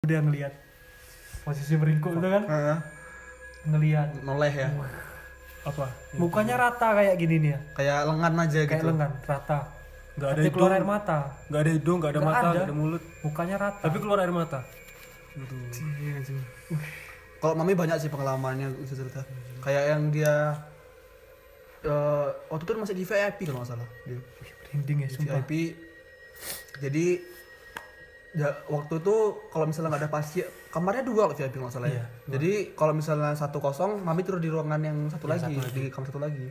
dia ngelihat posisi meringkuk itu kan Heeh. ngelihat Noleh ya. apa mukanya rata kayak gini nih ya Kayak lengan aja kayak gitu. lengan rata Nggak ada Tapi keluar air hidung, mata nggak ada hidung, nggak ada Nggak mata, ada. nggak ada mulut. mukanya rata Tapi keluar air mata. Aduh. Kalau mami banyak sih pengalamannya bisa cerita. Kayak yang dia eh waktu itu masih di VIP kalau nggak salah. Dia. merinding ya Iya. Di sumpah VIP. Jadi ya, waktu itu kalau misalnya nggak ada pasien kamarnya dua kalau VIP kalau nggak salah ya. Jadi kalau misalnya satu kosong, mami tidur di ruangan yang satu, lagi, di kamar satu lagi.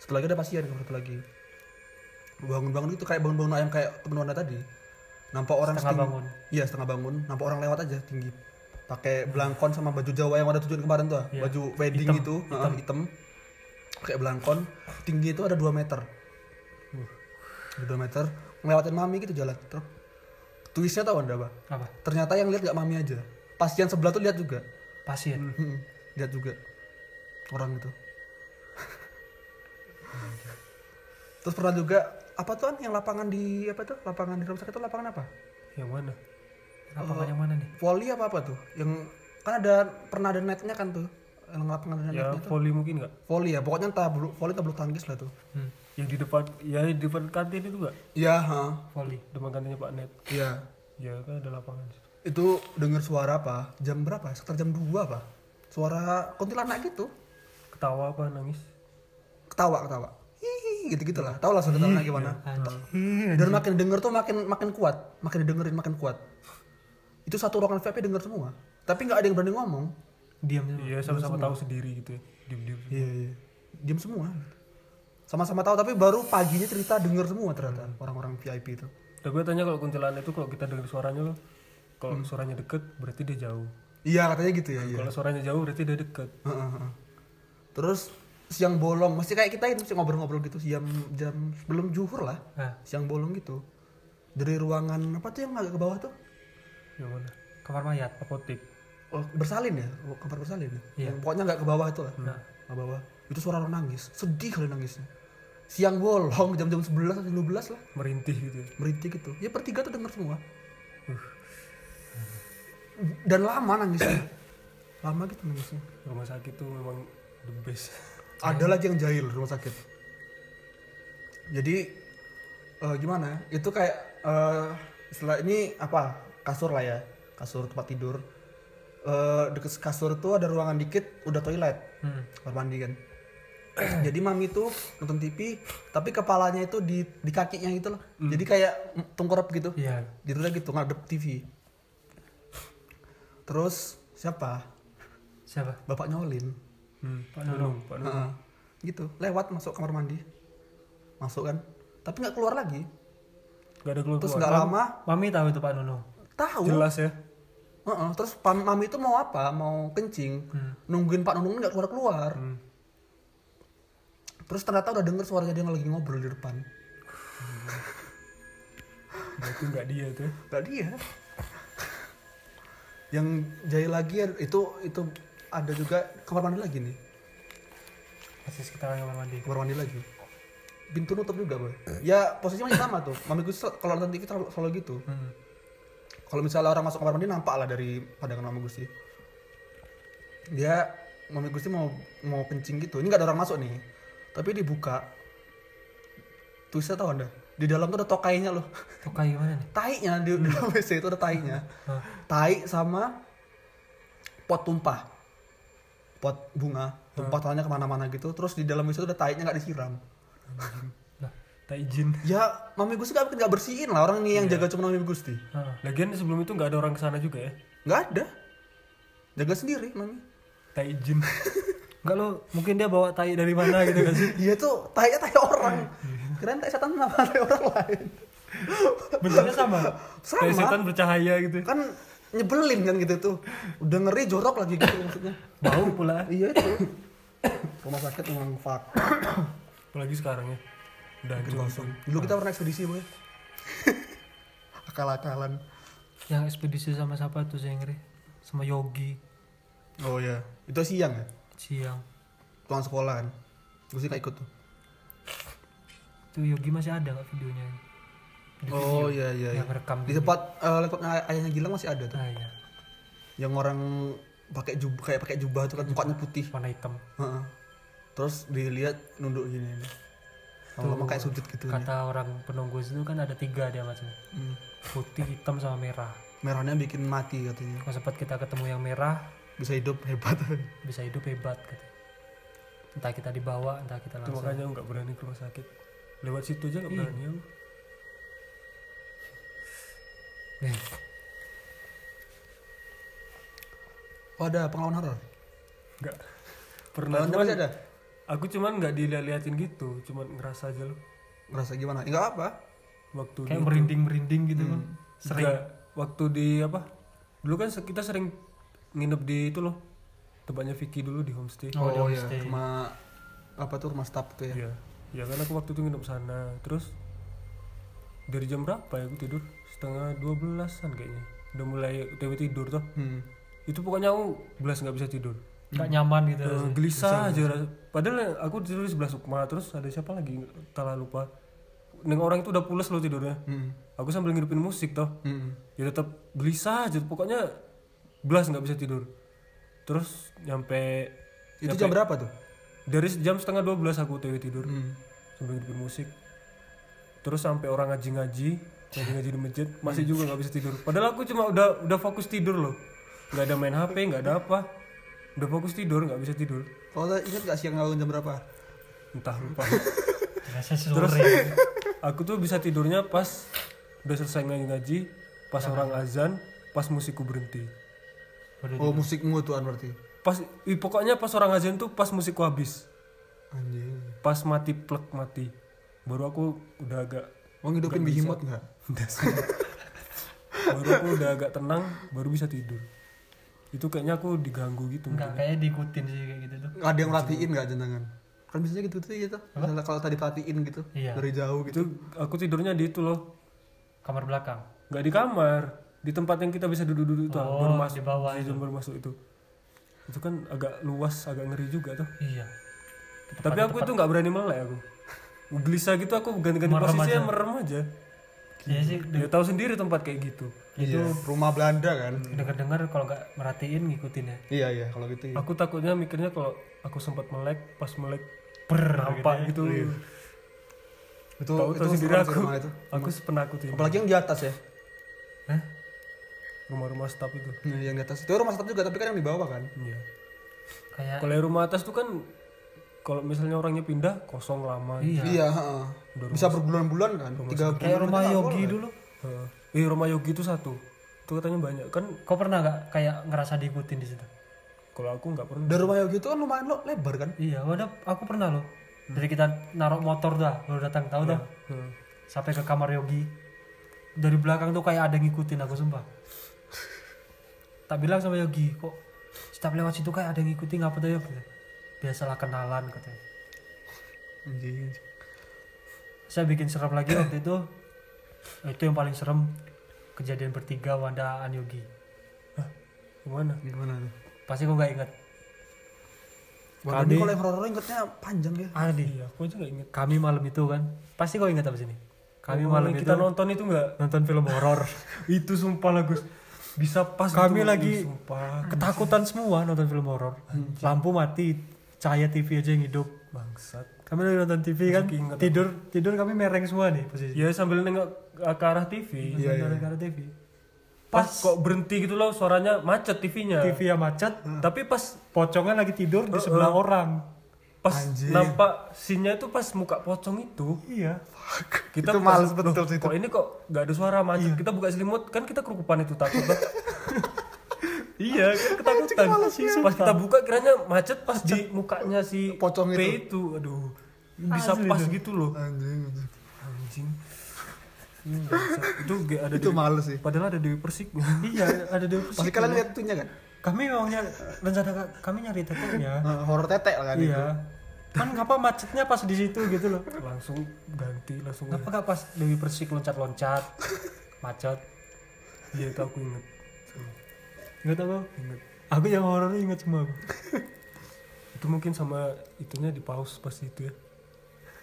Satu lagi ada pasien di kamar satu lagi. Bangun-bangun itu kayak bangun-bangun yang kayak temen Wanda tadi. Nampak orang Setengah setinggi- bangun. Iya setengah bangun. Nampak orang lewat aja tinggi. Pakai belangkon sama baju Jawa yang ada tujuan kemarin tuh, ah. Iya. baju wedding Hitam, itu, hitam. hitam. Pakai belangkon, tinggi itu ada 2 meter. Ada 2 meter, ngelewatin mami gitu jalan. Terus twistnya tau anda apa? apa Ternyata yang lihat gak mami aja. Pasien sebelah tuh lihat juga. Hmm. pasien Mm-mm, lihat juga orang itu. Terus pernah juga apa tuh An, yang lapangan di apa tuh lapangan di rumah sakit itu lapangan apa? Yang mana? lapangan Oh. yang mana nih Volley apa apa tuh? Yang kan ada pernah ada netnya kan tuh yang lapangan ada Ya netnya tuh. volley mungkin nggak? Volley ya, pokoknya entah bulu, volley atau bulu tangkis lah tuh. hmm, Yang di depan, ya di depan kantin itu nggak? Iya, ha. volley Depan kantinnya Pak Net. Iya. Ya kan ada lapangan. Itu dengar suara apa? Jam berapa? Sekitar jam 2 apa? Suara kuntilanak gitu. Ketawa apa nangis? Ketawa, ketawa. Hihi, gitu-gitu lah. Tahu lah suara kuntilanak gimana. Iya, Dan makin denger tuh makin makin kuat, makin didengerin makin kuat. Itu satu ruangan VIP denger semua. Tapi nggak ada yang berani ngomong. diam Iya sama-sama tahu sendiri gitu ya. Diem-diem. Iya, iya. Diam semua. Sama-sama tahu tapi baru paginya cerita denger semua ternyata orang-orang VIP itu. Tapi gue tanya kalau kuntilanak itu kalau kita dengar suaranya loh. Kalau suaranya deket berarti dia jauh. Iya, katanya gitu ya, iya. Kalau suaranya jauh berarti dia deket. Heeh, heeh. Terus siang bolong, masih kayak kita itu ngobrol-ngobrol gitu siang jam sebelum zuhur lah. nah Siang bolong gitu. Dari ruangan apa tuh yang agak ke bawah tuh? Yang mana? kamar mayat Apotek. Oh, bersalin ya, kamar bersalin ya. Iya. Yang pokoknya nggak ke bawah itu lah. Nah. Ke bawah. Itu suara orang nangis, sedih kali nangisnya. Siang bolong jam-jam 11 atau 12 lah, Merintih gitu ya. merintih gitu. Ya bertiga tuh denger semua. Dan lama nangisnya. lama gitu nangisnya. Rumah sakit tuh memang the best. ada lagi yang jahil di rumah sakit jadi eh, gimana itu kayak eh, setelah ini apa kasur lah ya kasur tempat tidur Eh, deket kasur tuh ada ruangan dikit udah toilet hmm. kamar mandi kan jadi mami tuh nonton TV tapi kepalanya itu di di kakinya gitu loh jadi kayak tengkurap gitu Hmm. iya jadi gitu ngadep TV terus siapa siapa bapaknya Olin Hmm, Pak Nunung, Pak Nunung. Heeh. gitu lewat masuk kamar mandi masuk kan tapi nggak keluar lagi Gak ada keluar terus keluar. nggak lama mami tahu itu pak Nuno tahu Jelas ya. Heeh, terus pam- mami itu mau apa mau kencing nungguin pak nunung nggak keluar keluar terus ternyata udah denger suaranya dia lagi ngobrol di depan Berarti nggak dia tuh. ya. nggak dia yang jahil lagi ad- itu itu ada juga kamar mandi lagi nih masih sekitaran kamar mandi kamar mandi lagi pintu nutup juga boy ya posisinya masih sama tuh mami gue sel- kalau nonton TV selalu, selalu gitu hmm. kalau misalnya orang masuk kamar mandi nampak lah dari pandangan Mama Gusti dia Mama Gusti mau mau kencing gitu ini nggak ada orang masuk nih tapi dibuka tulisnya tahu anda di dalam tuh ada tokainya loh tuh kayak gimana nih tainya di di dalam WC itu ada tainya Hah. tai sama pot tumpah pot bunga tumpah tangannya kemana-mana gitu terus di dalam WC itu ada tainya nggak disiram nah Tak izin. ya Mami Gusti nggak nggak bersihin lah Iya. orang nih yang jaga cuma Mami Gusti ah. Lagian sebelum itu nggak ada orang kesana juga ya. nggak ada jaga sendiri Mami Tak izin. Enggak lo, mungkin dia bawa tai dari mana gitu kan sih? Iya tuh, tai tai Iya. orang. Keren tai setan kenapa tai orang lain? Bentuknya sama. Sama. Kayak setan bercahaya gitu. Kan nyebelin kan gitu tuh. Udah ngeri jorok lagi gitu maksudnya. Bau pula. Iya itu. Rumah sakit memang fuck. Apalagi sekarang ya. Udah Makin hancur. kosong. Dulu kita pernah ekspedisi, Boy. Akal-akalan. Yang ekspedisi sama siapa tuh Zengri? Sama Yogi Oh iya. Itu siang ya? siang. Pulang sekolah kan. Gue sih gak ikut tuh. Tuh Yogi masih ada nggak videonya? Di Oh video iya iya. iya. Yang rekam Di tempat eh, laptopnya ay- ayahnya Gilang masih ada tuh. Ah, iya. yang orang pakai jubah kayak pakai jubah itu kan mukanya putih warna hitam Heeh. terus dilihat nunduk gini nih. lama-lama kayak sujud gitu nih. kata orang penunggu itu kan ada tiga dia macam Hmm. putih hitam sama merah merahnya bikin mati katanya kalau sempat kita ketemu yang merah bisa hidup hebat bisa hidup hebat katanya entah kita dibawa entah kita itu langsung makanya nggak berani ke rumah sakit lewat situ aja nggak berani aku. Nih, oh ada pengalaman horor nggak pernah pengalaman cuman masih ada aku cuman nggak dilihat-liatin gitu cuman ngerasa aja loh ngerasa gimana enggak apa waktu kayak di- merinding merinding gitu Hmm. kan sering Nggak, waktu di apa dulu kan se- kita sering nginep di itu loh tempatnya Vicky dulu di homestay Oh, ada iya homestay. cuma apa tuh rumah staff tuh ya Iya, ya kan aku waktu itu nginep sana. Terus dari jam berapa ya aku tidur? Setengah 12-an kayaknya. Udah mulai udah tidur tuh. Hmm. Itu pokoknya aku belas nggak bisa tidur. nggak nyaman gitu Eh, gelisah aja. rasa- Padahal aku tidur di sebelah Sukma, terus ada siapa lagi? Telah lupa. Neng orang itu udah pules loh tidurnya. Hmm. Aku sambil ngidupin musik toh. Hmm. Ya tetap gelisah aja. Pokoknya belas nggak bisa tidur. Terus nyampe itu nyampe- jam berapa tuh dari jam setengah 12 aku TW tidur Hmm. sambil hidupin musik terus sampai orang ngaji-ngaji ngaji-ngaji di masjid masih juga nggak bisa tidur padahal aku cuma udah udah fokus tidur loh nggak ada main HP nggak ada apa udah fokus tidur nggak bisa tidur kalau tak ingat gak siang bangun jam berapa entah lupa rasa sore aku tuh bisa tidurnya pas udah selesai ngaji-ngaji pas orang azan pas musikku berhenti Waduh, oh musikmu tuan berarti pas ih, pokoknya pas orang azan tuh pas musikku habis anjing pas mati plek mati baru aku udah agak mau ngidupin behemoth nggak Udah sih. baru aku udah agak tenang baru bisa tidur itu kayaknya aku diganggu gitu nggak kayak diikutin sih kayak gitu tuh nggak ada yang merhatiin nggak jenengan kan biasanya gitu tuh gitu misalnya kalau tadi perhatiin gitu Iya. dari jauh gitu itu aku tidurnya di itu loh kamar belakang nggak di kamar di tempat yang kita bisa duduk-duduk tuh Oh, baru masuk di bawah di itu. baru masuk itu itu kan agak luas agak ngeri juga tuh iya tapi aku itu nggak berani melek aku gelisah gitu aku ganti-ganti Merem posisinya aja. merem aja iya sih ya tahu sendiri tempat kayak gitu itu rumah Belanda kan denger dengar kalau nggak merhatiin ngikutin ya iya iya kalau gitu ya. aku takutnya mikirnya kalau aku sempat melek pas melek bernampak nampak gitu itu tahu itu tahu sendiri serem sih aku rumah itu aku penakut ini apalagi yang di atas ya Hah? rumah-rumah staff itu Hmm, yang di atas itu rumah staff juga tapi kan yang di bawah kan Iya. kayak Kalau yang rumah atas tuh kan kalau misalnya orangnya pindah kosong lama. iya iya heeh. bisa berbulan-bulan kan tiga kayak bulan rumah Yogi dulu Heeh. Eh rumah Yogi itu satu. Itu katanya banyak kan kau pernah nggak kayak ngerasa diikutin di situ kalau aku nggak pernah. dari rumah Yogi itu kan lumayan lo lebar kan iya waduh aku pernah loh dari kita naruh motor dah baru datang tahu dah Heeh. sampai ke kamar Yogi dari belakang tuh kayak ada yang ngikutin aku sumpah tak bilang sama Yogi kok setiap lewat situ kayak ada yang ngikutin apa tuh ya biasalah kenalan katanya Anjing. saya bikin serem lagi waktu itu itu yang paling serem kejadian bertiga Wanda An Yogi Gimana? gimana tuh pasti kok nggak inget Wah, Kami- ini kalau yang horor ingetnya panjang ya Adi Iya, aku aja nggak inget. kami malam itu kan pasti kau inget apa sini kami Yang malam itu Oh, kita nonton itu nggak nonton film horor itu sumpah lah Gus. Bisa pas Kami gitu, lagi- Ih, sumpah ketakutan semua nonton film horor lampu mati cahaya TV aja yang hidup bangsat. kami lagi nonton TV kan Masuk ingat. tidur tidur kami mereng semua nih posisi Ya sambil nengok ke arah TV. Iya, iya. Gara-gara TV Pas, pas kok berhenti gitu loh suaranya macet Iya. TV-nya. TV yang macet Tapi pas pocongan lagi tidur di Heeh. sebelah orang pas Anjing. nampak sinnya itu pas muka pocong itu iya kita Itu buka- males betul Loh, sih itu. kok ini kok nggak ada suara macet kita buka selimut kan kita kerukupan itu takut kan? iya kan ketakutan pas kita buka kiranya macet pas di mukanya si Pocong itu. P itu aduh bisa Asli pas itu. gitu loh anjing anjing Hmm, bangsat. itu gak ada itu Dewi- males sih padahal ada Dewi Persik iya ada di pasti kalian lihat itunya kan kami memangnya rencana ka- kami nyari tetenya Eh, horor tetek lah kan itu. iya kan ngapa macetnya pas di situ gitu loh langsung ganti langsung ya. ngapa gak pas Dewi Persik loncat-loncat macet iya itu aku inget ingat aku inget aku yang horor ingat semua aku. itu mungkin sama itunya di pause pas itu ya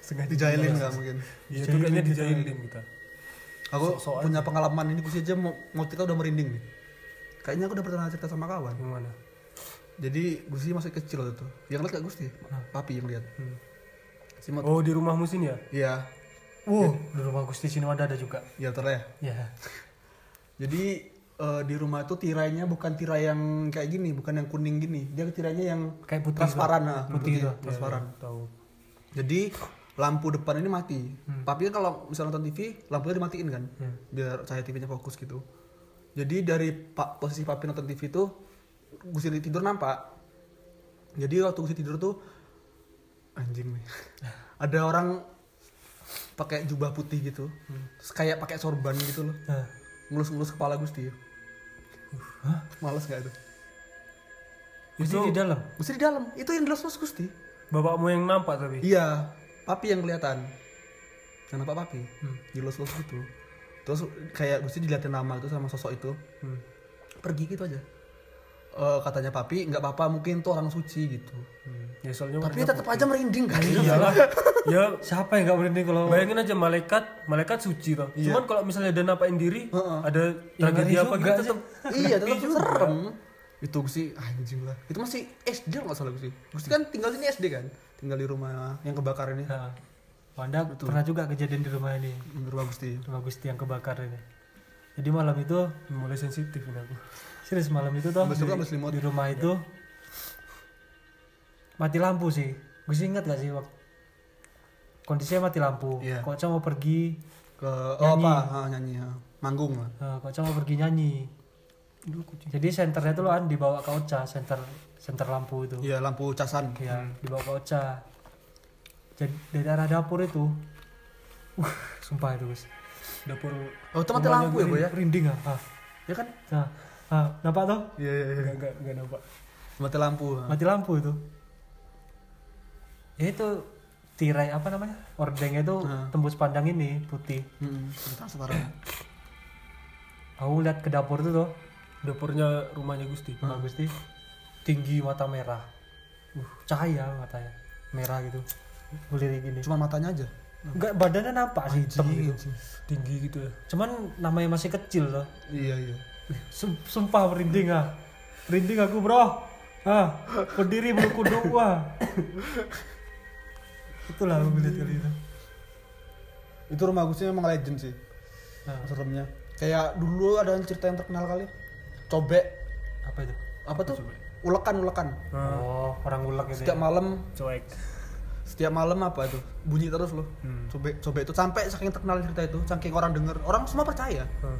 sengaja dijailin nggak mungkin Iya itu kayaknya dijailin kita. Aku punya pengalaman ini gue aja mau, mau cerita udah merinding nih. Kayaknya aku udah pernah cerita sama kawan. Yang mana? Jadi Gusti masih kecil waktu itu. Yang lihat kayak Gusti, papi yang lihat. Si Mot. Oh, di rumah musin ya? Iya, Wow, di rumah Gusti Sinwada ada juga. iya ter ya. Ya. Jadi eh, di rumah itu tirainya bukan tirai yang kayak gini, bukan yang kuning gini. Dia tirainya yang Kayak putih itu. transparan, nah, Putih itu. Iya, transparan. Tahu. Jadi lampu depan ini mati. Hmm. Tapi kan kalau misalnya nonton TV, lampunya dimatiin kan, Iya. biar cahaya TV-nya fokus gitu. Jadi dari pak posisi papi nonton TV itu, Gusti tidur nampak. Jadi waktu Gusti tidur tuh anjing nih. Ada orang pakai jubah putih gitu, Hmm. terus kayak pakai sorban gitu loh, Nah, ngelus-ngelus kepala Gusti. hah? Males nggak itu? Gusti di dalam. Gusti di dalam, itu yang ngelus-ngelus Gusti. Bapakmu yang nampak tapi. Iya, papi yang kelihatan. Yang nampak papi, dilus-lus gitu. Terus kayak Gusti diliatin nama itu sama sosok itu. Hmm. Pergi gitu aja. Eh, katanya papi nggak apa-apa mungkin tuh orang suci gitu. Ya soalnya Tapi tetap aja merinding kan. iyalah. ya Siapa yang gak berhenti kalau Iya. bayangin aja malaikat, malaikat suci toh. Cuman kalau misalnya ada nampain diri, Heeh. ada tragedi apa gitu tetap iya, tetap serem. Itu Gusti anjing lah. Itu masih SD kalau nggak salah Gusti. Gusti kan tinggal sini SD kan. Tinggal di rumah yang kebakar ini. Nah, Wanda pernah juga kejadian di rumah ini, Di rumah Gusti. rumah Gusti yang kebakar ini. Jadi malam itu, mulai sensitif ini aku. serius malam itu toh Ambil di, selimut, ambil selimut. di rumah itu mati lampu sih. Gusti ingat gak sih waktu kondisinya mati lampu. Iya. Kok Ocha mau pergi, Ke oh, apa? Ah, nyanyi. ah. Manggung lah. eh, Kok Ocha mau pergi nyanyi. Jadi senternya tuh kan dibawa ke Ocha, senter senter lampu itu. Iya, lampu casan. ya dibawa ke Ocha jadi dari arah dapur itu uh, sumpah itu guys Dapur Oh, itu mati lampu ya, Bu ya? rinding ah ah. Ya kan? nah ah, nampak tuh Iya, iya, enggak enggak enggak nampak. Mati lampu. mati lampu itu ya itu tirai apa namanya ordengnya itu Ah. tembus pandang ini putih Hmm, transparan. aku lihat ke dapur tuh tuh Dapurnya rumahnya Gusti. Ah. Mbak Gusti tinggi mata merah uh, cahaya matanya merah gitu belirik gini Cuma matanya aja. enggak badannya nampak sih hitam Iya gitu Tinggi gitu ya. cuman namanya masih kecil loh Iya, iya. Sum- Sumpah merinding ah. Merinding aku, Bro. Ah, berdiri berkuduk wah. Itulah aku melihat kali itu. Itu rumah Agusnya memang legend sih, Nah, seremnya. Kayak dulu ada cerita yang terkenal kali. Cobek apa itu? apa tuh? Ulekan-ulekan. Oh, orang ulek gitu. Setiap Ya. malam, Cuek. setiap malam apa itu? Bunyi terus loh. Cobek, cobek itu sampai saking terkenal cerita itu, saking orang denger, orang semua percaya. Hmm. Heeh.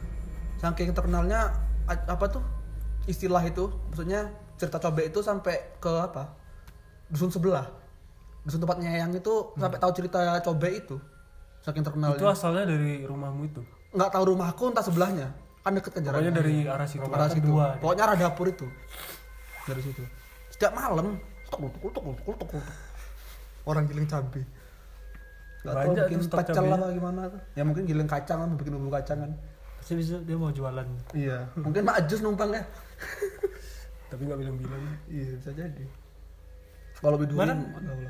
Saking terkenalnya a- apa tuh? Istilah itu, maksudnya cerita cobek itu sampai ke apa? Dusun sebelah. Dusun tempatnya yang itu sampai tahu cerita cobek itu. Saking terkenalnya. Hmm. Itu asalnya dari rumahmu itu. nggak tahu rumahku entah sebelahnya kan deket kan Pokoknya jaraknya dari ya. arah situ. arah situ kedua. pokoknya arah dapur itu dari situ setiap malam tok lutuk lutuk lutuk lutuk lutuk. orang giling cabai nggak tahu Banyak bikin tuh stok pecel cabainya. apa gimana tuh ya mungkin giling kacang lah bikin bumbu kacang kan Pasti bisa dia mau jualan. iya mungkin mak ajus numpang ya Tapi nggak bilang-bilang. iya bisa jadi kalau lebih dulu Mana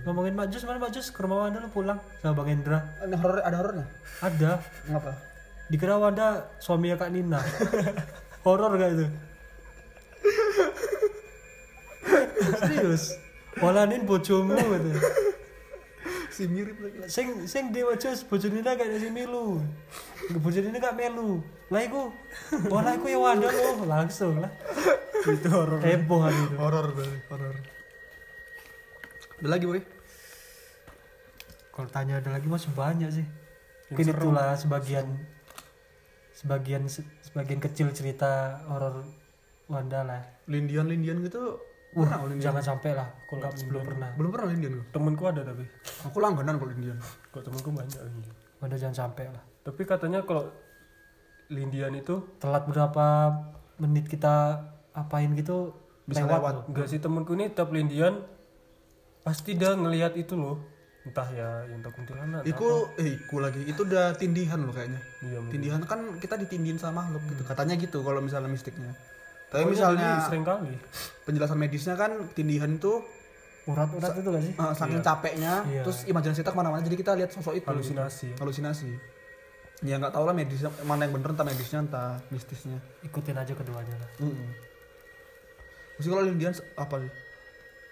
ngomongin Mak Jus, mana Mak Jus ke rumah Wanda lu pulang sama Bang Endra? ada horor ada horornya Ada. ngapa Dikira Wanda suaminya Kak Nina. Horor gak itu? Serius. Walanin bojomu gitu. si mirip lagi sing sing dewa cus bojone nak gak sing melu bojone nak gak melu lah iku oh lah iku ya wanda lo langsung lah Itu horor. heboh hari itu horor berarti horor ada lagi boy kalau tanya ada lagi masih banyak sih mungkin itulah sebagian sebagian sebagian kecil cerita horor wanda lah lindian lindian gitu Wah, jangan sampai lah kalau nggak belum pernah belum pernah lindian gue Temanku ada tapi. aku langganan kalau Indian Kok temanku banyak. anjir. wanda jangan sampai lah Tapi katanya kalau Lindian itu telat berapa menit kita apain gitu Bisa lewat. loh. Enggak sih temenku ini tiap lindian pasti dia ngelihat itu loh. Entah ya yang tak kuntilanak. entah apa. Iku, eh, iku lagi. Itu udah tindihan loh kayaknya. Iya, mungkin. Tindihan kan kita ditindihin sama makhluk gitu. Katanya gitu kalau misalnya mistiknya. Tapi Pokoknya misalnya dulu sering kali. penjelasan medisnya kan tindihan itu urat-urat itu gak sih eh, saking capeknya, Iya. terus imajinasi kita kemana-mana. Jadi kita lihat sosok itu. Halusinasi. Halusinasi. ya nggak tahu lah medisnya mana yang bener entah medisnya entah mistisnya ikutin aja keduanya lah Mm-mm. Mesti kalau Indian apa sih?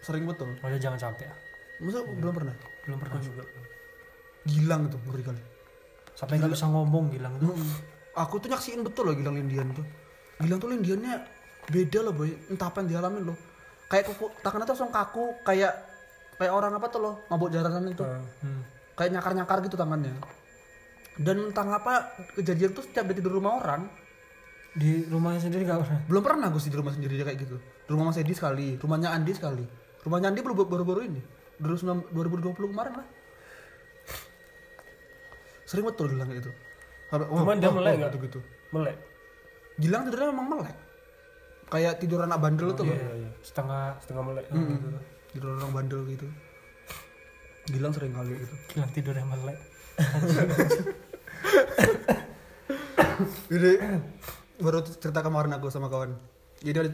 Sering betul. maksudnya jangan sampai ya Masa belum pernah? belum pernah juga Gilang tuh ngeri kali. sampai nggak bisa ngomong Gilang tuh Mm-mm. Aku tuh nyaksiin betul loh Gilang Indian tuh. Gilang tuh Indiannya beda loh boy. Entah apa yang dialami loh. Kayak kuku, tangannya tuh langsung kaku kayak kayak orang apa tuh loh mabuk jaranan itu. Nah, Hmm. Kayak nyakar-nyakar gitu tangannya. Dan entah apa kejadian tuh setiap dia tidur di rumah orang di rumahnya sendiri nggak pernah belum pernah gue sih di rumah sendiri kayak gitu di rumah Mas Edi sekali rumahnya Andi sekali rumahnya Andi baru baru-baru ini 2019 2020 kemarin lah sering betul Gilang kayak gitu Sampai, oh, wah, Cuman dia wah, melek wah, nggak? gitu-gitu. melek. gitu Gilang tidurnya memang melek kayak tidur anak bandel tuh loh Iya, iya. setengah Setengah melek. Hmm. Gitu. tidur orang bandel gitu Gilang sering kali gitu Gilang tidur yang melek jadi baru cerita kemarin aku sama kawan jadi ada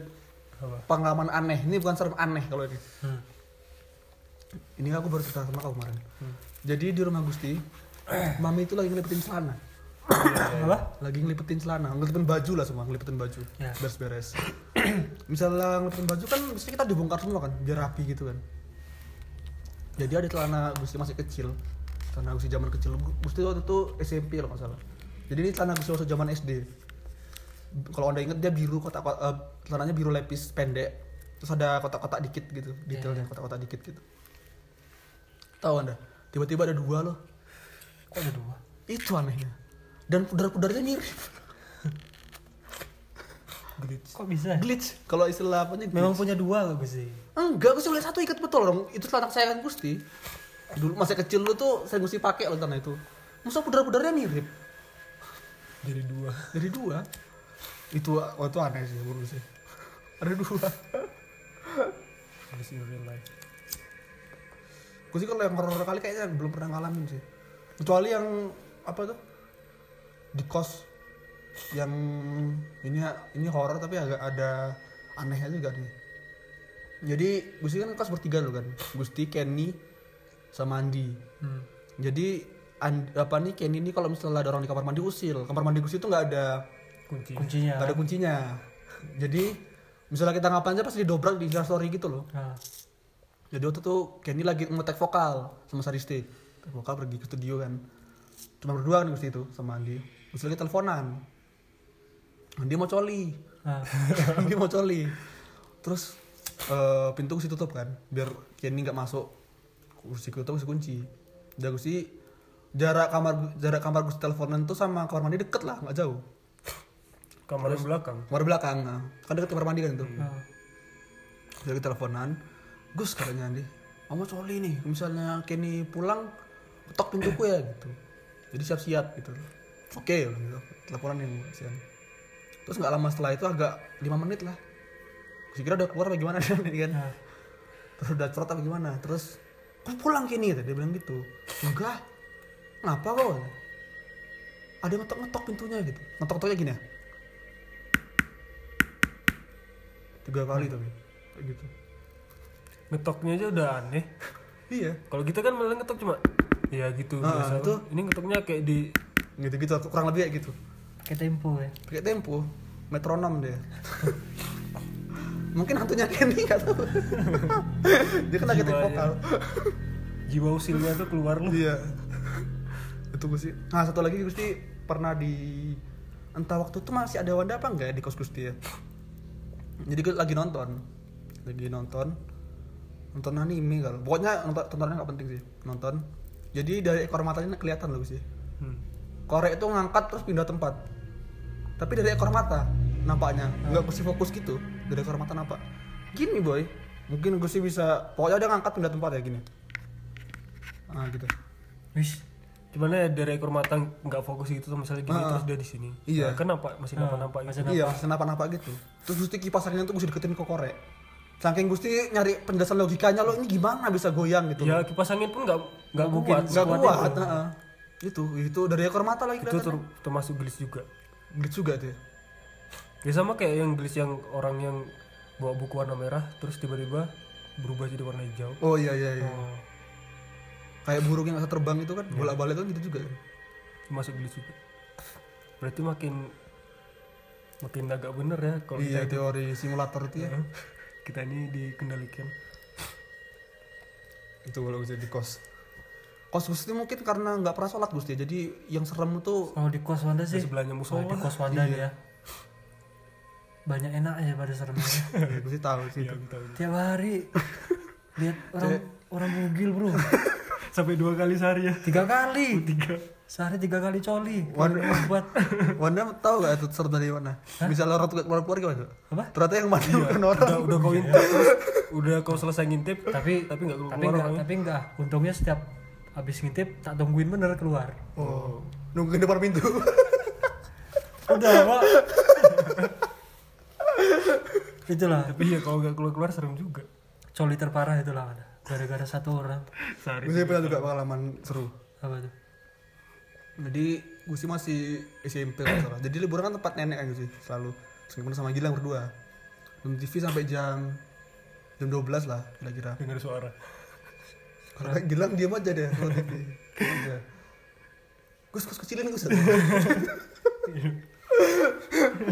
Apa? pengalaman aneh ini bukan serem aneh kalau ini Hmm. ini aku baru cerita sama kau kemarin jadi di rumah Gusti mami itu lagi ngelipetin celana apa lagi ngelipetin celana ngelipetin baju lah semua ngelipetin baju Ya. beres-beres misalnya ngelipetin baju kan mesti kita dibongkar semua kan biar rapi gitu kan jadi ada celana Gusti masih kecil celana Gusti zaman kecil Gusti waktu itu SMP kalau nggak salah jadi ini celana Gusti waktu zaman SD kalau anda inget dia biru kotak eh, celananya biru lepis pendek terus ada kotak-kotak dikit gitu detailnya kotak-kotak dikit gitu tahu anda tiba-tiba ada dua loh kok ada dua itu anehnya dan pudar-pudarnya mirip Glitch. kok bisa glitch kalau istilah apanya glitch. memang punya dua nggak Gusti enggak Gusti boleh satu ikat betul dong itu celana kesayangan Gusti dulu masih kecil lu tuh saya Gusti pakai loh celana itu masa pudar-pudarnya mirip Jadi dua. dari dua itu oh, itu aneh sih menurut sih ada dua This in real life. Gusti kalau yang horor kali kayaknya belum pernah ngalamin sih kecuali yang apa tuh di kos yang ini ini horor tapi agak ada anehnya juga nih jadi Gusti kan kos bertiga dulu kan Gusti Kenny sama Andi hmm. Jadi an- apa nih Kenny ini kalau misalnya ada orang di kamar mandi usil, kamar mandi Gusti itu nggak ada Kunci. kuncinya nggak ada kuncinya. Jadi misalnya kita ngapain aja pasti didobrak di story gitu loh. Nah, Jadi waktu itu Kenny lagi ngetek vokal sama Saristi. Tek vokal pergi ke studio kan. Cuma berdua kan Gusti itu sama Andi. Gusti lagi teleponan. Andi mau coli. nah. Andi mau coli. Terus eh, pintu Gusti tutup kan biar Kenny nggak masuk. Gusti tutup Gusti kunci. Dan Gusti jarak kamar jarak kamar Gusti teleponan tuh sama kamar mandi deket lah nggak jauh. Kamar yang belakang. Kamar belakang. Nah. Kan deket kamar mandi kan itu. Nah. Jadi teleponan, Gus katanya Andi, kamu coli nih, misalnya Kenny pulang, ketok pintuku ya gitu. Jadi siap-siap gitu. Oke, gitu. teleponan yang siang. Terus nggak lama setelah itu agak 5 menit lah. Gue kira udah keluar apa gimana kan. Nah. Terus udah cerot apa gimana. Terus, kok pulang Kenny? Kata Dia bilang gitu. Enggak, ngapa kau? Ada yang ngetok-ngetok pintunya gitu. Ngetok-ngetoknya gini ya. Tiga kali tapi. Kayak gitu. Ngetoknya aja udah aneh. Iya. Kalau kita kan malah ngetok cuma ya gitu Ah, biasa. itu. Ini ngetoknya kayak di Gitu-gitu kurang lebih kayak gitu. pakai tempo ya Pakai tempo, metronom dia. Mungkin hantunya Kenny gak tahu. dia kan lagi tek Jiwanya. vokal. jiwa usilnya tuh keluar lu. Iya. Itu Gusti. Nah, satu lagi Gusti pernah di entah waktu itu masih ada Wanda apa enggak ya di kos Gusti ya. Jadi gue lagi nonton. Lagi nonton. Nonton anime kalau. Pokoknya nonton tontonannya enggak penting sih, nonton. Jadi dari ekor matanya kelihatan loh Gusti. Hmm. korek itu ngangkat terus pindah tempat tapi dari ekor mata nampaknya Ah. nggak mesti fokus gitu dari ekor mata nampak gini boy mungkin gue sih bisa pokoknya dia ngangkat pindah tempat ya gini ah gitu wis Cuman ya dari ekor mata nggak fokus gitu tuh misalnya gini Ah. terus dia di sini. Iya. Nah, kan nampak masih nampak nampak Ah, gitu. masih iya kenapa napa gitu terus gusti kipas anginnya tuh gue deketin ke korek saking gusti nyari penjelasan logikanya lo ini gimana bisa goyang gitu Ya kipas angin pun nggak nggak Iya, mungkin. kuat. nggak sekuat kuat heeh. itu itu dari ekor mata lagi Itu kelihatannya ter- termasuk gelis juga. Gelit juga tuh ya. Ya sama kayak yang gelis yang orang yang bawa buku warna merah terus tiba-tiba berubah jadi warna hijau. oh iya iya iya oh. Iya. kayak burung yang nggak bisa terbang itu kan bolak balik tuh kan gitu juga Termasuk gelis juga. berarti makin makin agak bener ya kalau Iya teori simulator itu ya. kita, kita ini dikendalikan itu kalau bisa di kos Kos Gusti mungkin karena nggak pernah sholat Gusti, jadi yang serem itu kalau di kos Wanda di sih sebelahnya kalau musola di kos Wanda ya banyak enak ya pada seremnya ya, Gusti tahu sih. Iya. itu. tiap hari lihat orang orang bugil bro sampai dua kali sehari ya tiga kali tiga sehari tiga kali coli Waduh. Kalau buat Wanda tahu gak itu serem dari mana? Misalnya orang keluar keluar gimana? Apa? Ternyata yang mati bukan orang. Iya, udah udah kau iya. intip terus udah kau selesai ngintip tapi tapi nggak keluar tapi enggak orangnya. tapi enggak untungnya setiap habis ngintip tak tungguin bener keluar Oh, nunggu depan pintu. udah pak itulah tapi ya kalau nggak keluar keluar serem juga coli terparah itulah ada gara-gara satu orang sehari Gusti pernah juga pengalaman seru. apa tuh Jadi Gusti masih SMP kalau nggak salah. Jadi liburan kan tempat nenek kan Gusti selalu. Meskipun sama Gilang berdua. Nonton TV sampai jam jam 12 lah kira-kira. dengar suara Karena Gilang diam aja deh kalau TV. Diam aja. Gus, Gus kecilin Gus.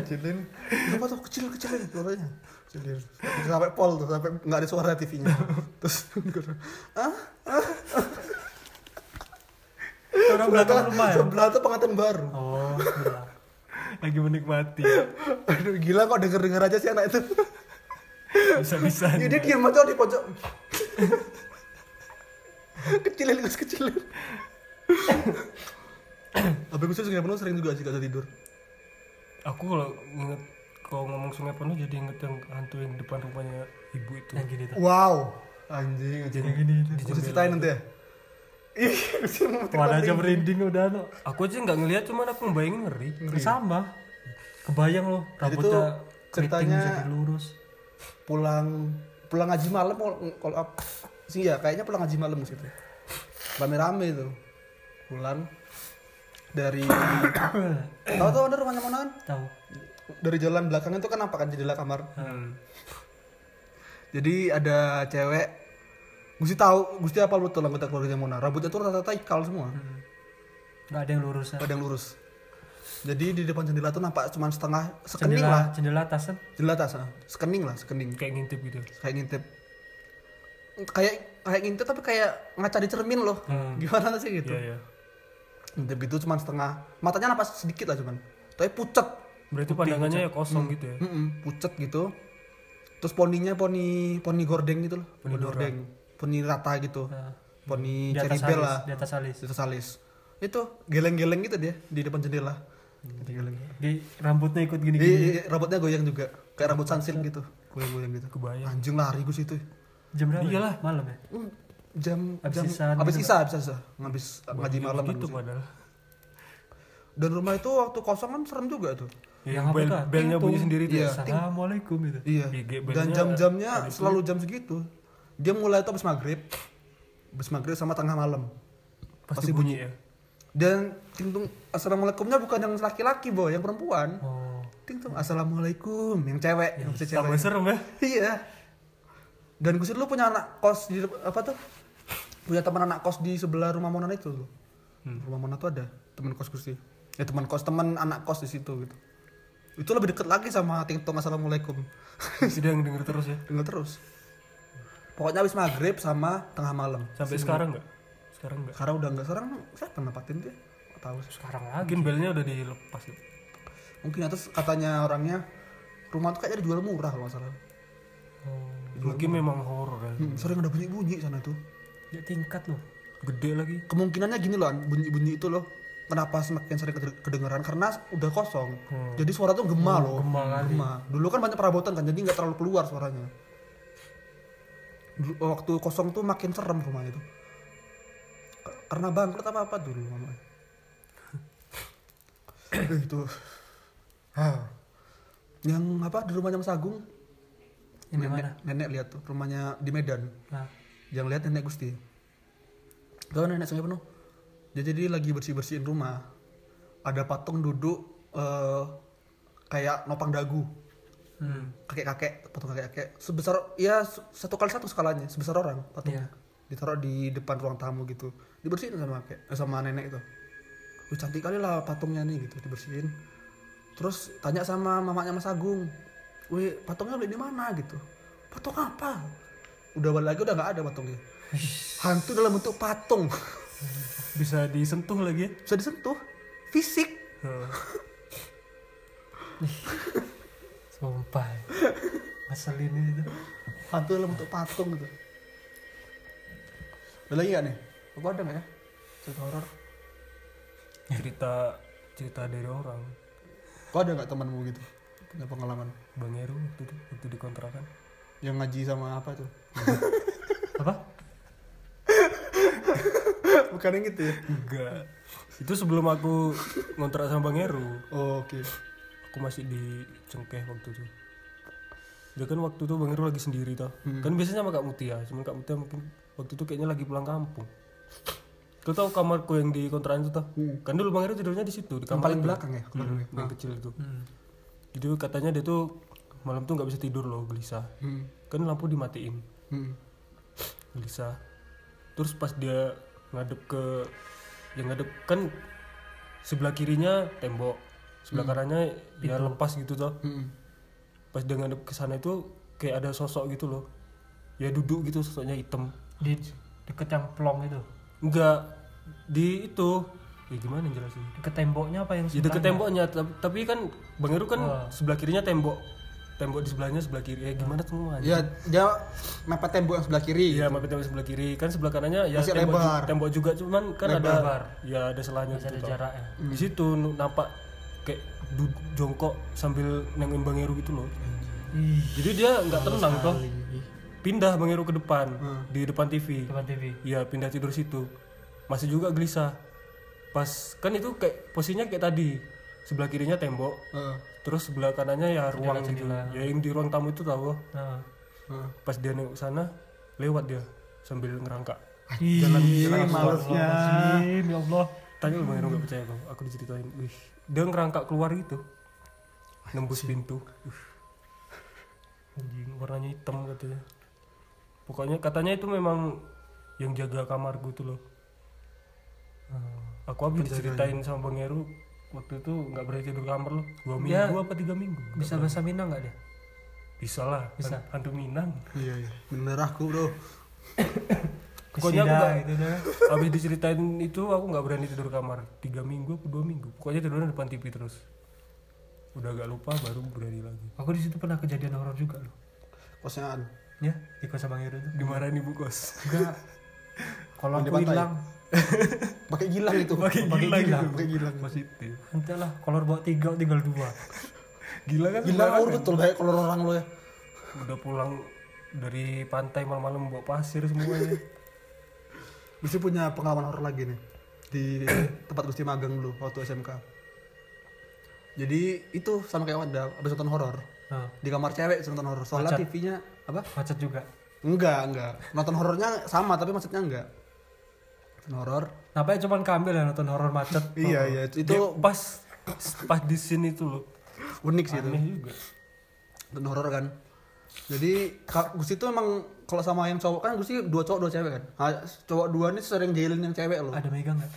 kecilin. Kenapa tuh kecil kecilin suaranya? Kecilin. Sampai pol tuh, sampai nggak ada suara TV-nya. Terus gue, ah, orang belakang sebelah, rumah ya sebelah tuh pengantin baru. oh gila. lagi menikmati Aduh gila kok denger denger aja sih anak itu. bisa bisa Ya dia diam aja di pojok. kecilin gus kecilin. Abang gue sungai penuh sering juga sih gak bisa tidur. aku kalau inget kalau ngomong sungai penuh jadi inget yang hantu yang depan rumahnya ibu itu yang gini tuh Wow, anjing anjing. gini itu Gue ceritain nanti ya. Ih, sih mau Wadah aja merinding udah no. aku aja nggak ngeliat cuman aku ngebayangin ngeri Sama. Kebayang loh Jadi rambutnya tuh keriting ceritanya- jadi lurus. pulang pulang ngaji malam kalau kalau ap- sih ya kayaknya pulang ngaji malam gitu rame-rame itu pulang dari tahu tahu ada rumahnya mana kan Tahu. dari jalan belakang itu kan nampak kan jendela kamar jadi ada cewek Gusti tahu Gusti apa betul anggota keluarganya Mona rambutnya tuh rata-rata ikal semua Hmm. Enggak ada yang lurus. ya. pada yang lurus jadi di depan jendela tuh nampak cuma setengah sekening lah Jendela jendela atas kan. jendela atas ah. sekening lah sekening kayak ngintip gitu kayak ngintip kayak kayak ngintip tapi kayak ngaca di cermin loh gimana sih gitu Hmm. iya iya ngintip gitu cuman setengah matanya napas sedikit lah cuman tapi pucet berarti pandangannya ya kosong gitu ya Mm-mm, pucet gitu terus poninya poni poni gordeng gitu loh poni, gordeng poni rata gitu poni Ah. Di cherry atas bell alis, lah di atas alis. itu salis itu geleng-geleng gitu dia di depan jendela Hmm, geleng Di rambutnya ikut gini gini. Iya, iya, rambutnya goyang juga kayak rambut sunsilk gitu goyang-goyang gitu kebayang anjing lari gue situ Jam berapa? ya? Iyalah. Malam ya. Hmm, jam Abis jam sisaan habis gitu, sisa habis sisa habis ngaji malam gitu kan. padahal dan rumah itu waktu kosong kan serem juga tuh yang apa Ya, bel tuh? belnya bunyi Ting-tung. sendiri tuh ya. Iya. Assalamualaikum itu. iya Iya, dan belnya jam-jamnya selalu jam segitu dia mulai tuh habis maghrib habis maghrib sama tengah malam pasti bunyi ya dan tingtung assalamualaikumnya bukan yang laki-laki boy yang perempuan Oh. tingtung assalamualaikum yang cewek yang bisa cewek tambah serem ya iya dan gue sih dulu punya anak kos di dep- apa tuh punya teman anak kos di sebelah rumah Monan itu tuh Hmm. rumah Monan tuh ada teman kos Gusti ya teman kos teman anak kos di situ gitu itu lebih deket lagi sama tingtong assalamualaikum sudah yang denger terus ya dengar terus pokoknya habis maghrib sama tengah malam sampai sekarang nggak sekarang nggak sekarang udah nggak sekarang siapa yang nempatin dia nggak tahu sih. Sekarang ya. lagi. mungkin belnya udah dilepas gitu mungkin atas katanya orangnya rumah tuh kayaknya dijual murah kalau nggak salah mungkin memang horor ya hmm, sering ada bunyi bunyi sana tuh Ya tingkat loh. gede lagi kemungkinannya gini loh bunyi-bunyi itu loh kenapa semakin sering keder- kedengeran karena udah kosong jadi suara tuh gema loh Hmm. gema kali. Gema. dulu kan banyak perabotan kan jadi nggak terlalu keluar suaranya Dulu- waktu kosong tuh makin serem rumahnya tuh K- karena bangkrut apa apa dulu mama Eh, itu Ah. yang apa di rumahnya Mas Agung Ini nenek, mana? nenek lihat tuh rumahnya di Medan Nah, yang lihat nenek Gusti Tahu nenek sungai penuh dia jadi lagi bersih bersihin rumah ada patung duduk eh, kayak nopang dagu Hmm. kakek kakek patung kakek kakek sebesar ya se- satu kali satu skalanya sebesar orang patung Iya. ditaruh di depan ruang tamu gitu dibersihin sama kakek eh, sama nenek itu wih cantik kali lah patungnya nih gitu dibersihin terus tanya sama mamanya Mas Agung wih patungnya beli di mana gitu patung apa udah balik lagi udah nggak ada patungnya hantu dalam bentuk patung bisa disentuh lagi ya bisa disentuh fisik Sumpah. Ngeselin itu. hantu dalam bentuk patung gitu ada lagi nggak nih aku ada nggak ya cerita horor cerita cerita dari orang kau ada nggak temanmu gitu punya pengalaman bang Heru waktu itu waktu dikontrakan yang ngaji sama apa tuh Apa? bukan yang gitu ya enggak itu sebelum aku ngontrak sama bang Heru oh, oke aku masih di Cengkeh waktu itu ya kan waktu itu bang Heru lagi sendiri toh kan biasanya sama kak Mutia cuman kak Mutia mungkin waktu itu kayaknya lagi pulang kampung kau tahu kamarku yang di kontrakan itu toh kan dulu bang Heru tidurnya di situ di yang kamar paling belakang ya Hmm, yang kecil itu jadi katanya dia tuh malam tuh nggak bisa tidur loh gelisah Hmm. kan lampu dimatiin Hmm. gelisah terus pas dia ngadep ke yang ngadep kan sebelah kirinya tembok sebelah Hmm. kanannya ya lepas gitu toh Hmm. pas dia ngadep ke sana itu kayak ada sosok gitu loh ya duduk gitu sosoknya hitam Di deket yang plong itu. enggak di itu ya gimana jelasin Deket temboknya apa yang ya deket sebelahnya? temboknya tapi, tapi kan bang Heru kan Wah. sebelah kirinya tembok tembok di sebelahnya sebelah kiri ya gimana semua ya dia mepet tembok yang sebelah kiri Iya, mapet tembok sebelah kiri. Kan sebelah kanannya ya Masih tembok, ju- lebar. tembok juga cuman kan ada Lebar. ya ada selahnya Masih ada ya? gitu. toh. jaraknya. Di Hmm. situ nu- nampak kayak du- jongkok sambil nengin Bang Heru gitu loh. Ih, Jadi dia nggak tenang toh. Iya. Pindah Bang Heru ke depan, Hmm. di depan TV. depan TV. Iya, pindah tidur situ. Masih juga gelisah. Pas kan itu kayak posisinya kayak tadi. Sebelah kirinya tembok, Heeh. terus sebelah kanannya ya ruang gitu. jendela. Ya yang di ruang tamu itu tahu. Nah. Heeh. Pas dia nengok sana, lewat dia sambil ngerangkak. Jalan Ih, malesnya. ya Allah. Tanya lu Bang Heru gak percaya bang, aku diceritain Wih, dia ngerangkak keluar gitu Nembus pintu Wih. Anjing, warnanya hitam katanya Pokoknya katanya itu memang yang jaga kamar gue tuh loh Aku habis diceritain sama Bang Heru Waktu itu gak berani tidur kamar loh Dua minggu Ya. apa tiga minggu Bisa bahasa Minang nggak dia? Bisa lah, Bisa. han- hantu Minang iya iya bener aku bro Kesida Pokoknya aku nggak- gitu dah. Habis diceritain itu aku nggak berani tidur kamar tiga minggu apa dua minggu pokoknya tidurnya depan TV terus udah agak lupa baru berani lagi Aku di situ pernah kejadian horor juga loh. kosnya An. Ya, di kosan Bang Heru itu. dimarahin ibu kos Enggak. Kalau Yang di aku pantai? hilang, pakai gilang itu pakai Pakai gila gila, gitu pakai gilang positif entahlah, kalau bawa tiga tinggal dua. gila kan gila sembarangan. kau betul kayak kalau orang lo ya udah pulang dari pantai malam-malam bawa pasir semuanya Gusti punya pengalaman horor lagi nih di tempat Gusti magang dulu waktu SMK. Jadi itu sama kayak Wanda, habis nonton horor. Nah, Di kamar cewek habis nonton horor. Soalnya Macet. TV-nya apa? macet juga. Enggak, enggak. Nonton horornya sama tapi maksudnya enggak. Nonton horor. Apa cuman kambil ya nonton horor macet. Iya, iya. Itu itu pas pas di sini itu loh unik sih itu. aneh juga Nonton horor kan. Jadi Kak Gusti tuh emang kalau sama yang cowok kan Gusti dua cowok dua cewek kan. Nah, cowok dua ini sering jahilin yang cewek loh. Ada megang nggak?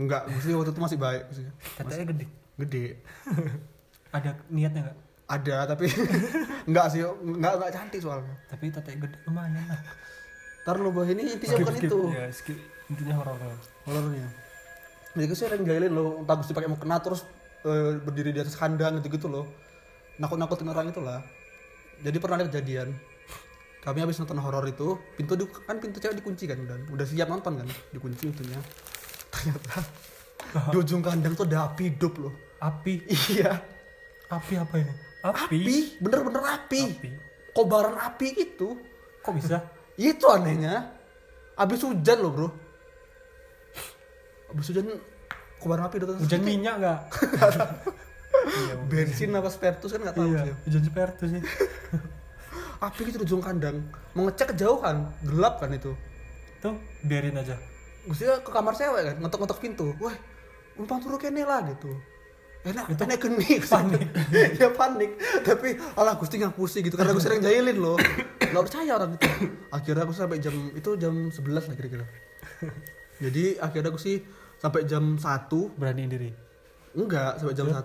Enggak, Gusti waktu itu masih baik Gusti. Tetenya gede. Gede. Ada niatnya nggak? ada tapi nggak sih nggak nggak cantik soalnya Tapi tetenya gede lumayan lah. ntar lu bahas ini intinya bukan Skip, itu ya skip intinya horor horornya jadi gue sering jahilin lo entah gusti pakai mau kena terus eh, berdiri di atas kandang gitu gitu loh nakut nakutin orang itulah jadi pernah ada kejadian kami habis nonton horor itu pintu di, kan pintu cewek dikunci kan dan udah siap nonton kan dikunci pintunya ternyata di ujung kandang tuh ada api hidup loh Api, iya api apa ini? api api bener-bener api. Api. kobaran api gitu. itu Kok bisa? Itu anehnya. Abis hujan loh bro. Abis hujan kobaran api datang. Hujan minyak nggak? bensin apa spertus kan nggak tahu sih. Iya, hujan seperti sih. Api gitu di ujung kandang. Mengecek kejauhan, gelap kan itu. Tuh, biarin aja. Gustinya ke kamar cewek kan, ngetok-ngetok pintu. Wah, umpang turu kene lah gitu. Enak, itu enak geni panik. ya panik. Tapi alah Gusti ngapusi gitu karena gue sering jahilin loh. Enggak percaya orang itu. Akhirnya aku sampai jam itu jam 11 lah kira-kira. Jadi akhirnya aku sih sampai jam 1 beraniin diri enggak sampai jam 1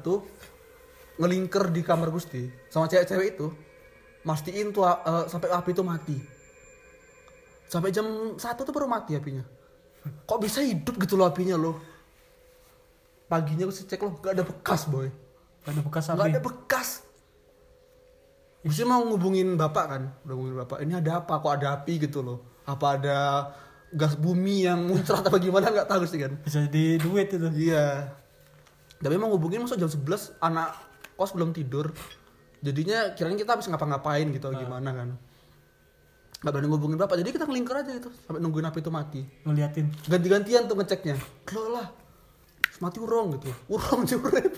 ngelingker di kamar Gusti sama cewek-cewek itu mastiin tuh eh, sampai api itu mati sampai jam 1 tuh baru mati apinya kok bisa hidup gitu loh apinya loh paginya Gusti cek loh gak ada bekas boy Gak ada bekas nggak api ada bekas Gusti mau ngubungin bapak kan udah ngubungin bapak ini ada apa kok ada api gitu loh apa ada gas bumi yang muncrat apa gimana nggak tahu sih kan bisa jadi duit itu iya tapi emang ngubungin masuk jam 11 anak kos belum tidur jadinya kirain kita habis ngapa-ngapain gitu gimana kan nggak berani ngubungin bapak jadi kita ngelingker aja gitu sampai nungguin api itu mati ngeliatin ganti-gantian tuh ngeceknya lo lah mati urong gitu urong jurep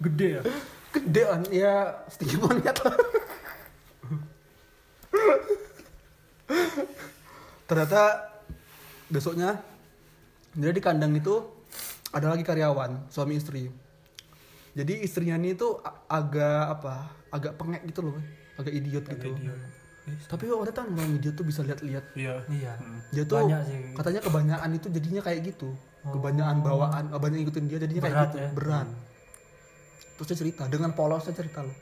gede ya Gedean ya setinggi monyet. Ternyata besoknya jadi di kandang itu ada lagi karyawan suami istri. Jadi istrinya ini tuh a- agak apa? Agak pengek gitu loh, agak idiot gitu. Tapi orang kan orang idiot tuh bisa lihat-lihat. iya iya Dia tuh Banyak sih. Oh. katanya kebanyakan itu jadinya kayak gitu. Kebanyakan bawaan, banyak ngikutin dia jadinya kayak Berat gitu, ya. berat. Terus dia cerita dengan polosnya cerita loh.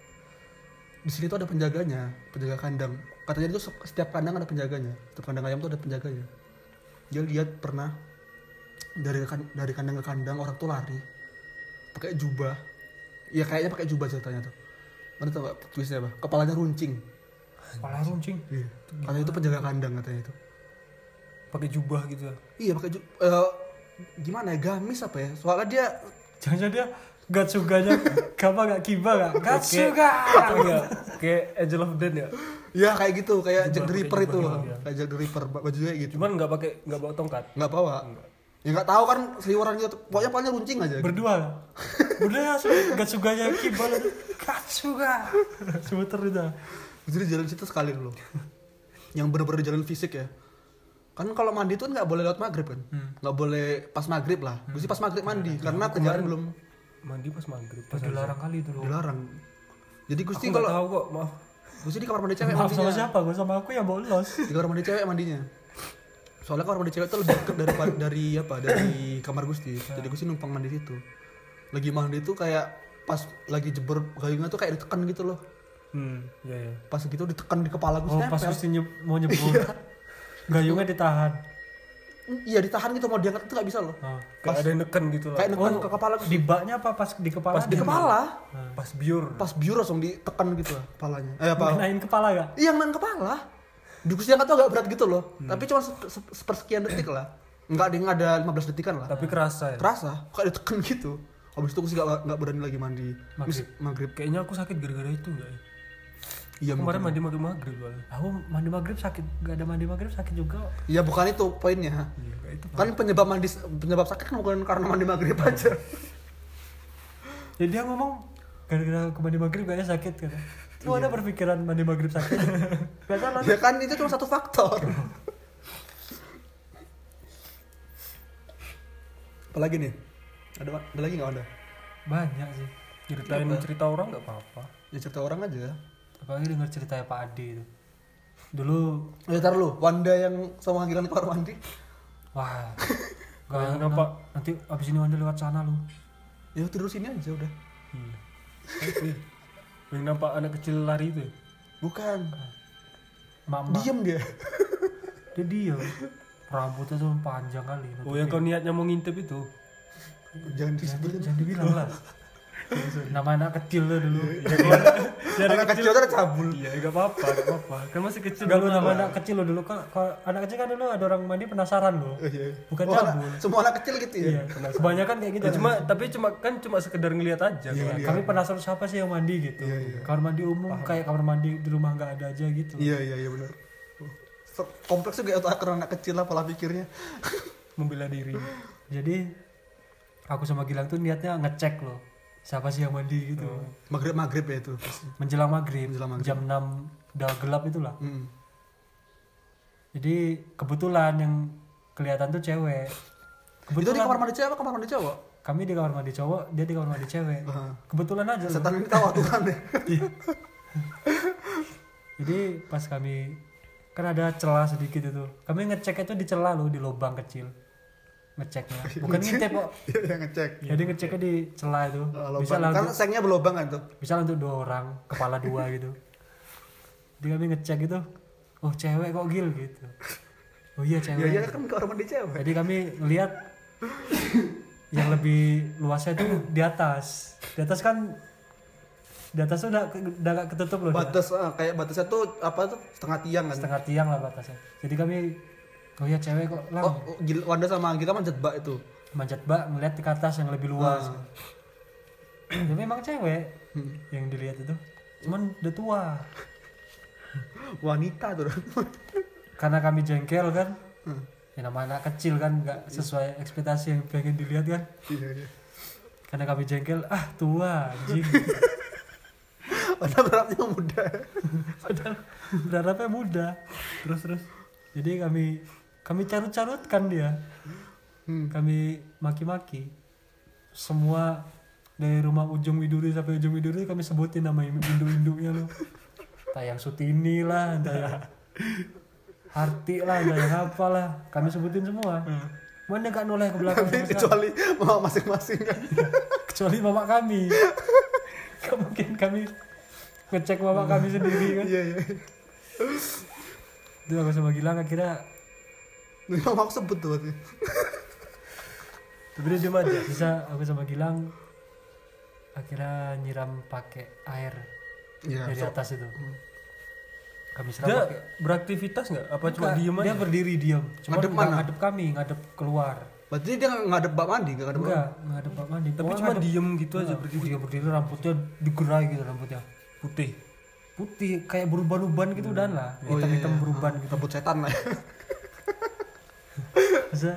Di sini tuh ada penjaganya, penjaga kandang. Katanya itu se- setiap kandang ada penjaganya. Setiap kandang ayam tuh ada penjaganya. Dia lihat pernah dari kan- dari kandang ke kandang orang tuh lari pakai jubah. Ya kayaknya pakai jubah ceritanya tuh. Mana tau gak twistnya apa? Kepalanya runcing. kepala runcing Iya. Katanya itu penjaga kandang katanya itu. pakai jubah ya. gitu Iya pakai ju- eh, gimana ya gamis apa ya? Soalnya dia jangan-jangan dia gatsuganya gak gak kiba gak gatsuga Apa enggak? kayak Angel of Death ya ya kayak gitu kayak Jack the Ripper pakai itu jubah, gitu ya. loh. Kayak Jack the Ripper ba- bajunya gitu. cuman nggak pakai nggak bawa tongkat Nggak bawa. Ya nggak tahu kan seliweran gitu. Pokoknya palanya runcing aja. berdua berdua ya, langsung gatsuganya kiba lagi gatsuga sebentar itu Jadi jalan situ sekali dulu. Yang bener-bener jalan fisik ya. Kan kalau mandi tuh nggak boleh lewat maghrib kan. Hmm. Nggak boleh pas maghrib lah. Mesti pas maghrib mandi Iya, karena kerjaan belum mandi pas maghrib pas udah larang kali itu loh dilarang. Jadi aku Gusti nggak kalau tahu kok maaf Gusti di kamar mandi cewek ya. maaf ya. sama mandinya. siapa gue sama aku yang bolos di kamar mandi cewek mandinya soalnya kamar mandi cewek itu lebih dekat dari dari apa dari kamar gusti jadi gusti numpang mandi situ lagi mandi tuh kayak pas lagi jebur gayungnya tuh kayak ditekan gitu loh hmm iya iya pas gitu ditekan di kepala gusti oh pas nempel. mesti nye- mau nyebur gayungnya ditahan iya ditahan gitu mau diangkat tuh gak bisa loh oh. kayak ada yang neken gitu lah kayak neken Oh, ke kepala gusti di baknya apa pas di kepala pas di kepala Hmm. pas biur pas biur langsung ditekan gitu lah kepalanya eh apa kenain kepala gak iya ngenan kepala di gusti angkat tuh agak berat gitu loh Hmm. tapi cuma se- se- sepersekian detik lah nggak ada nggak ada 15 detikan lah tapi kerasa ya kerasa kayak ditekan gitu habis itu gue sih gak, gak berani lagi mandi Maghrib. Mis- maghrib kayaknya aku sakit gara-gara itu nggak ya iya kemarin mungkin. mandi maghrib maghrib soalnya. aku mandi maghrib sakit gak ada mandi maghrib sakit juga iya bukan itu poinnya iya kayak itu kan penyebab mandi penyebab sakit kan bukan karena mandi maghrib aja jadi dia ngomong gara-gara aku mandi maghrib kayaknya sakit kan lu ada berpikiran mandi maghrib sakit gak salah ya kan itu cuma satu faktor apalagi nih ada ada lagi nggak ada banyak sih ceritain cerita orang nggak apa-apa ya cerita orang aja apalagi denger ceritanya Pak Ade itu dulu ya tar lu Wanda yang sama Gilang di kamar mandi wah Nah, gak, kenapa? nanti abis ini Wanda lewat sana lu ya tidur sini aja udah iya Oke. yang nampak anak kecil lari itu ya? bukan mama diem dia dia diem rambutnya tuh panjang kali oh yang kau niatnya mau ngintip itu jangan disebutin jangan dibilang lah nama anak kecil lo dulu ya anak kecil kan cabul Ya, iya nggak apa-apa nggak apa-apa kan masih kecil Enggak lu belum nama tahu. anak kecil lo dulu kan kalau anak kecil kan dulu ada orang mandi penasaran lo Oh, iya. Bukan Semua anak- cabul. Semua anak kecil gitu ya. iya kebanyakan kayak gitu Ya, cuma tapi cuma kan cuma sekedar ngelihat aja kan. Nah, Iya, kami penasaran siapa sih yang mandi gitu kamar mandi umum kayak kamar mandi di rumah nggak ada aja gitu Iya iya iya benar. Se- Kompleks juga otak karena anak kecil lah pola pikirnya. membela diri jadi aku sama Gilang tuh niatnya ngecek loh siapa sih yang mandi gitu Maghrib maghrib ya itu. menjelang maghrib, Oh. Menjelang maghrib. jam 6 udah gelap itulah Mm. jadi kebetulan yang kelihatan tuh cewek Itu di kebetulan kamar mandi cewek apa kamar mandi cowok? kami di kamar mandi cowok dia di kamar mandi cewek Heeh. kebetulan aja loh. Ya, Setan ini tahu aturan ya. deh. jadi pas kami kan ada celah sedikit itu kami ngecek itu di celah loh di lubang kecil ngeceknya bukan ngintip kok Iya, yang ngecek. jadi ngeceknya di celah itu Eh, bisa Lubang. lah Kan untuk, sengnya berlubang kan tuh. bisa lah untuk dua orang kepala dua gitu jadi kami ngecek gitu oh cewek kok gil gitu oh iya Ya cewek iya kan ke orang mandi cewek. jadi kami lihat yang lebih luasnya itu di atas di atas kan di atas tuh udah udah nggak ketutup loh dia. Batas eh, kayak batasnya tuh apa tuh setengah tiang kan. Iya. setengah tiang lah batasnya jadi kami oh iya cewek kok lah Oh, oh, Gil- Wanda sama Anggita manjat bak itu. manjat bak ngeliat ke atas yang lebih Ah. luas ya memang cewek Hmm. yang dilihat itu cuman udah tua Wanita tuh. karena kami jengkel kan ya nama anak kecil kan nggak sesuai ekspektasi yang pengen dilihat kan Iya, iya. karena kami jengkel ah tua anjing Wanda berarti muda. padahal berharapnya muda terus terus jadi kami kami carut-carutkan dia Hmm. kami maki-maki semua dari rumah ujung Widuri sampai ujung Widuri kami sebutin nama induk-induknya lo tayang Sutini lah tayang Harti lah tayang apa lah kami sebutin semua mana gak noleh ke belakang sama Tapi sekali. kecuali mama masing-masing kan. kecuali bapak kami Gak mungkin kami ngecek bapak kami sendiri kan Iya, iya. itu aku sama Gilang akhirnya Ini mama aku sebut tuh. berarti. tapi dia diem aja bisa aku sama Gilang akhirnya nyiram pakai air Iya. dari so- atas itu kami siram Hmm. dia pakai beraktivitas nggak apa cuma Enggak, diem aja dia berdiri diam cuma Ngadep ngadep mana? ngadep kami ngadep keluar Berarti dia nggak ngadep bak mandi, nggak ngadep. enggak ngadep pak mandi tapi cuma diem gitu aja berdiri dia berdiri rambutnya digerai gitu rambutnya putih Hmm. Oh, iya, putih kayak beruban-uban gitu dan lah Oh, hitam-hitam beruban gitu Rambut iya, setan lah. Masa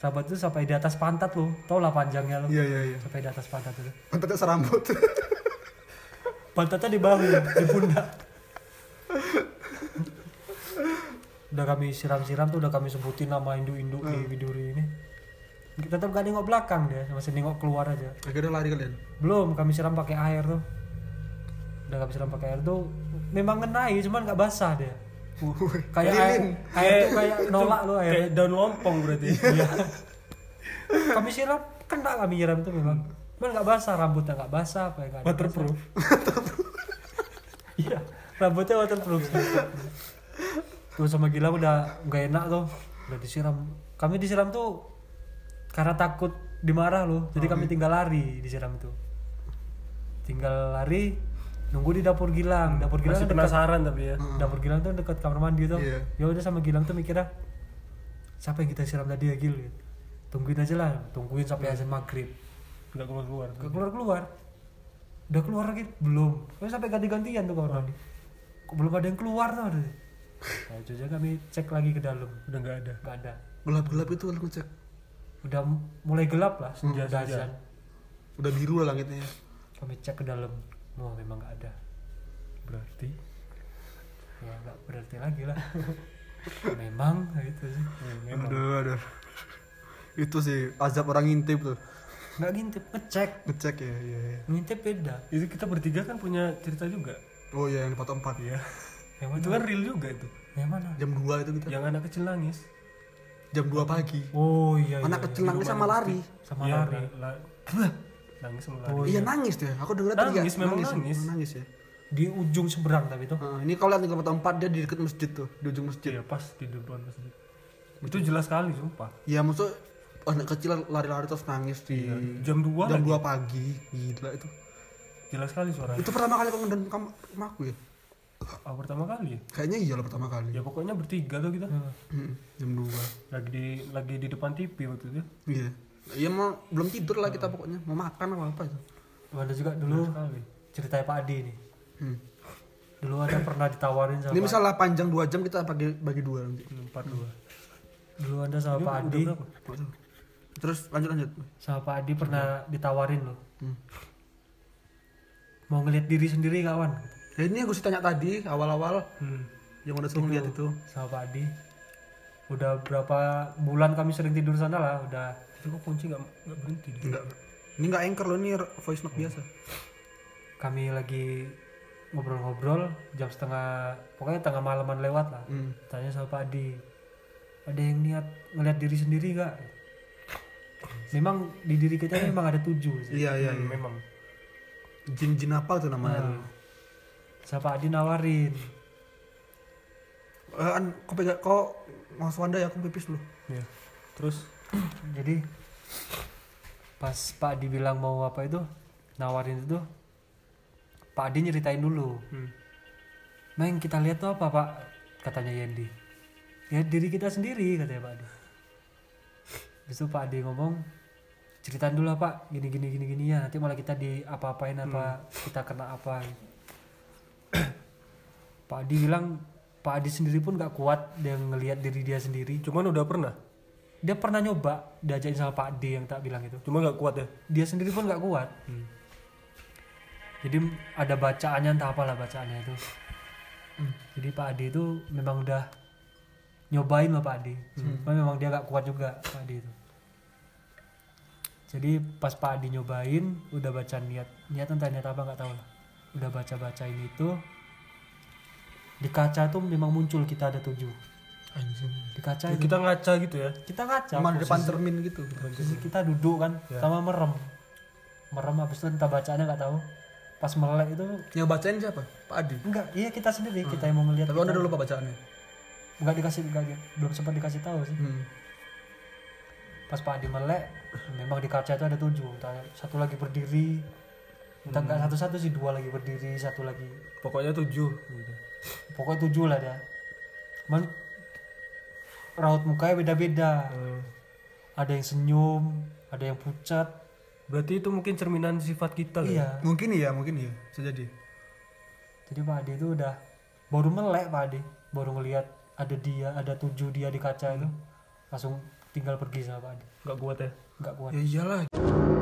rambut itu sampai di atas pantat lo tau lah panjangnya lo Iya, iya, iya. sampai di atas pantat itu Pantatnya serambut. pantatnya di bahu di pundak udah kami siram-siram tuh udah kami sebutin nama induk-induk di Widuri ini tetap gak nengok belakang dia masih nengok keluar aja Akhirnya lari kalian. belum kami siram pakai air tuh udah kami siram pakai air tuh memang ngenai cuman nggak basah dia kayak air, Lilin. air tuh kayak nolak lo air kayak daun lompong berarti Iya. kami siram kena kami nyiram tuh memang cuman nggak basah rambutnya nggak basah apa ya nggak ada waterproof basah. iya rambutnya waterproof tuh sama gila udah nggak enak tuh udah disiram kami disiram tuh karena takut dimarah loh jadi kami tinggal lari disiram itu tinggal lari nunggu di dapur Gilang dapur Gilang Hmm, masih kan dekat- penasaran tapi ya dapur Gilang tuh dekat kamar mandi tuh Iya. ya udah sama Gilang tuh mikirnya siapa yang kita siram tadi ya Gil gitu. tungguin aja lah tungguin sampai Hmm. azan maghrib nggak keluar keluar gak keluar keluar udah keluar lagi belum Kami sampai ganti gantian tuh kamar mandi kok belum ada yang keluar tuh ada nah, itu aja kami cek lagi ke dalam udah nggak ada nggak ada Gelap-gelap itu aku cek. udah m- mulai gelap lah Hmm, Senja, udah senja. azan. Udah biru lah langitnya. kami cek ke dalam wah memang nggak ada berarti ya nggak berarti lagi lah memang gitu sih Aduh, aduh. Itu sih azab orang ngintip tuh. nggak ngintip ngecek Ngecek ya, iya, iya. ngintip beda itu kita bertiga kan punya cerita juga Oh iya, yang di foto 4 iya yang itu kan real juga itu Yang mana? Jam 2 itu kita. yang anak kecil nangis Jam 2 pagi. Oh Iya. iya iya. Anak kecil nangis sama lari. sama Iya, lari. la- nangis sama lari Oh, Iya nangis deh. Aku dengar tadi ya. Nangis, memang nangis. Nangis ya. Di ujung seberang tapi tuh. Nah, ini kau lihat tinggal foto 4 dia di dekat masjid tuh, di ujung masjid. Iya pas di depan masjid. Itu jelas sekali sumpah. Ya maksud anak kecil lari-lari terus nangis di Iya, Jam 2 jam 2 pagi. Gila itu. jelas sekali suaranya. Itu pertama kali kau ngeden kam- rumah aku ya? Ah, pertama kali ya. Kayaknya iya lah pertama kali. Ya pokoknya bertiga tuh kita. Mm, jam 2. Lagi di lagi di depan TV waktu itu. Iya. Iya mau belum tidur lah kita pokoknya mau makan apa apa itu. Tuh Ada juga Jelas dulu sekali. ceritanya Pak Adi nih. Hmm. Dulu ada pernah ditawarin Iya, sama Ini misalnya panjang 2 jam kita bagi bagi dua nanti. Empat dua. dulu ada sama Pak Adi. Udah berapa? Terus lanjut lanjut. Sama Pak Adi pernah ditawarin loh. Hmm. Mau ngeliat diri sendiri kawan. Ya, ini yang gue sih tanya tadi awal-awal Hmm. yang udah suruh lihat itu. Sama Pak Adi. Udah berapa bulan kami sering tidur sana lah, udah Itu kok kunci nggak nggak berhenti deh. Enggak. Ini enggak anchor loh ini voice Hmm. note biasa. kami lagi ngobrol-ngobrol jam setengah pokoknya tengah malaman lewat lah Hmm. tanya sama Pak Adi ada yang niat ngeliat diri sendiri nggak Hmm. memang di diri kita ini memang ada tujuh sih. iya iya Hmm, iya. memang jin jin apa tuh namanya siapa Adi nawarin Eh, an kau pegang kau ngawas wanda ya aku pipis dulu ya terus jadi pas Pak Adi bilang mau apa itu nawarin itu Pak Adi nyeritain dulu Hmm. Meng kita lihat tuh apa Pak katanya Yendi ya diri kita sendiri katanya Pak Adi Besok Pak Adi ngomong ceritain dulu lah Pak gini gini gini gini ya nanti malah kita di apa-apain apa kita kena apa Pak Adi bilang Pak Adi sendiri pun gak kuat dia ngelihat diri dia sendiri cuman udah pernah dia pernah nyoba diajakin sama Pak D yang tak bilang itu cuma nggak kuat ya Hmm. dia sendiri pun nggak kuat jadi ada bacaannya entah apalah bacaannya itu jadi Pak D itu memang udah nyobain loh Pak D cuma memang dia nggak kuat juga Pak D itu jadi pas Pak Adi nyobain udah baca niat niat entah niat apa nggak tahu lah udah baca bacain itu di kaca tuh memang muncul kita ada tujuh anjing di kaca Ya, itu. kita ngaca gitu ya kita ngaca cuma posisi- di depan cermin gitu Jadi kita duduk kan Ya. sama merem. Merem habis itu entah bacaannya nggak tahu. Pas melek itu yang bacain siapa pak Adi enggak, iya kita sendiri kita yang mau ngeliat. Hmm. tapi kita- anda dulu pak bacaannya Nggak dikasih nggak di- belum sempat dikasih tahu sih. hmm. Pas Pak Adi melek memang di kaca itu ada tujuh. Entah satu lagi berdiri. Entah Hmm. nggak satu-satu sih dua lagi berdiri, satu lagi pokoknya tujuh gitu. pokoknya tujuh lah dia. Cuman raut mukanya beda-beda. Hmm. Eh, Ada yang senyum, ada yang pucat. berarti itu mungkin cerminan sifat kita kan? Iya. mungkin iya mungkin iya bisa jadi Jadi Pak Ade itu udah baru melek Pak Ade, baru ngelihat ada dia, ada tujuh dia di kaca itu, langsung tinggal pergi sama Pak Ade, nggak kuat ya nggak kuat. ya iyalah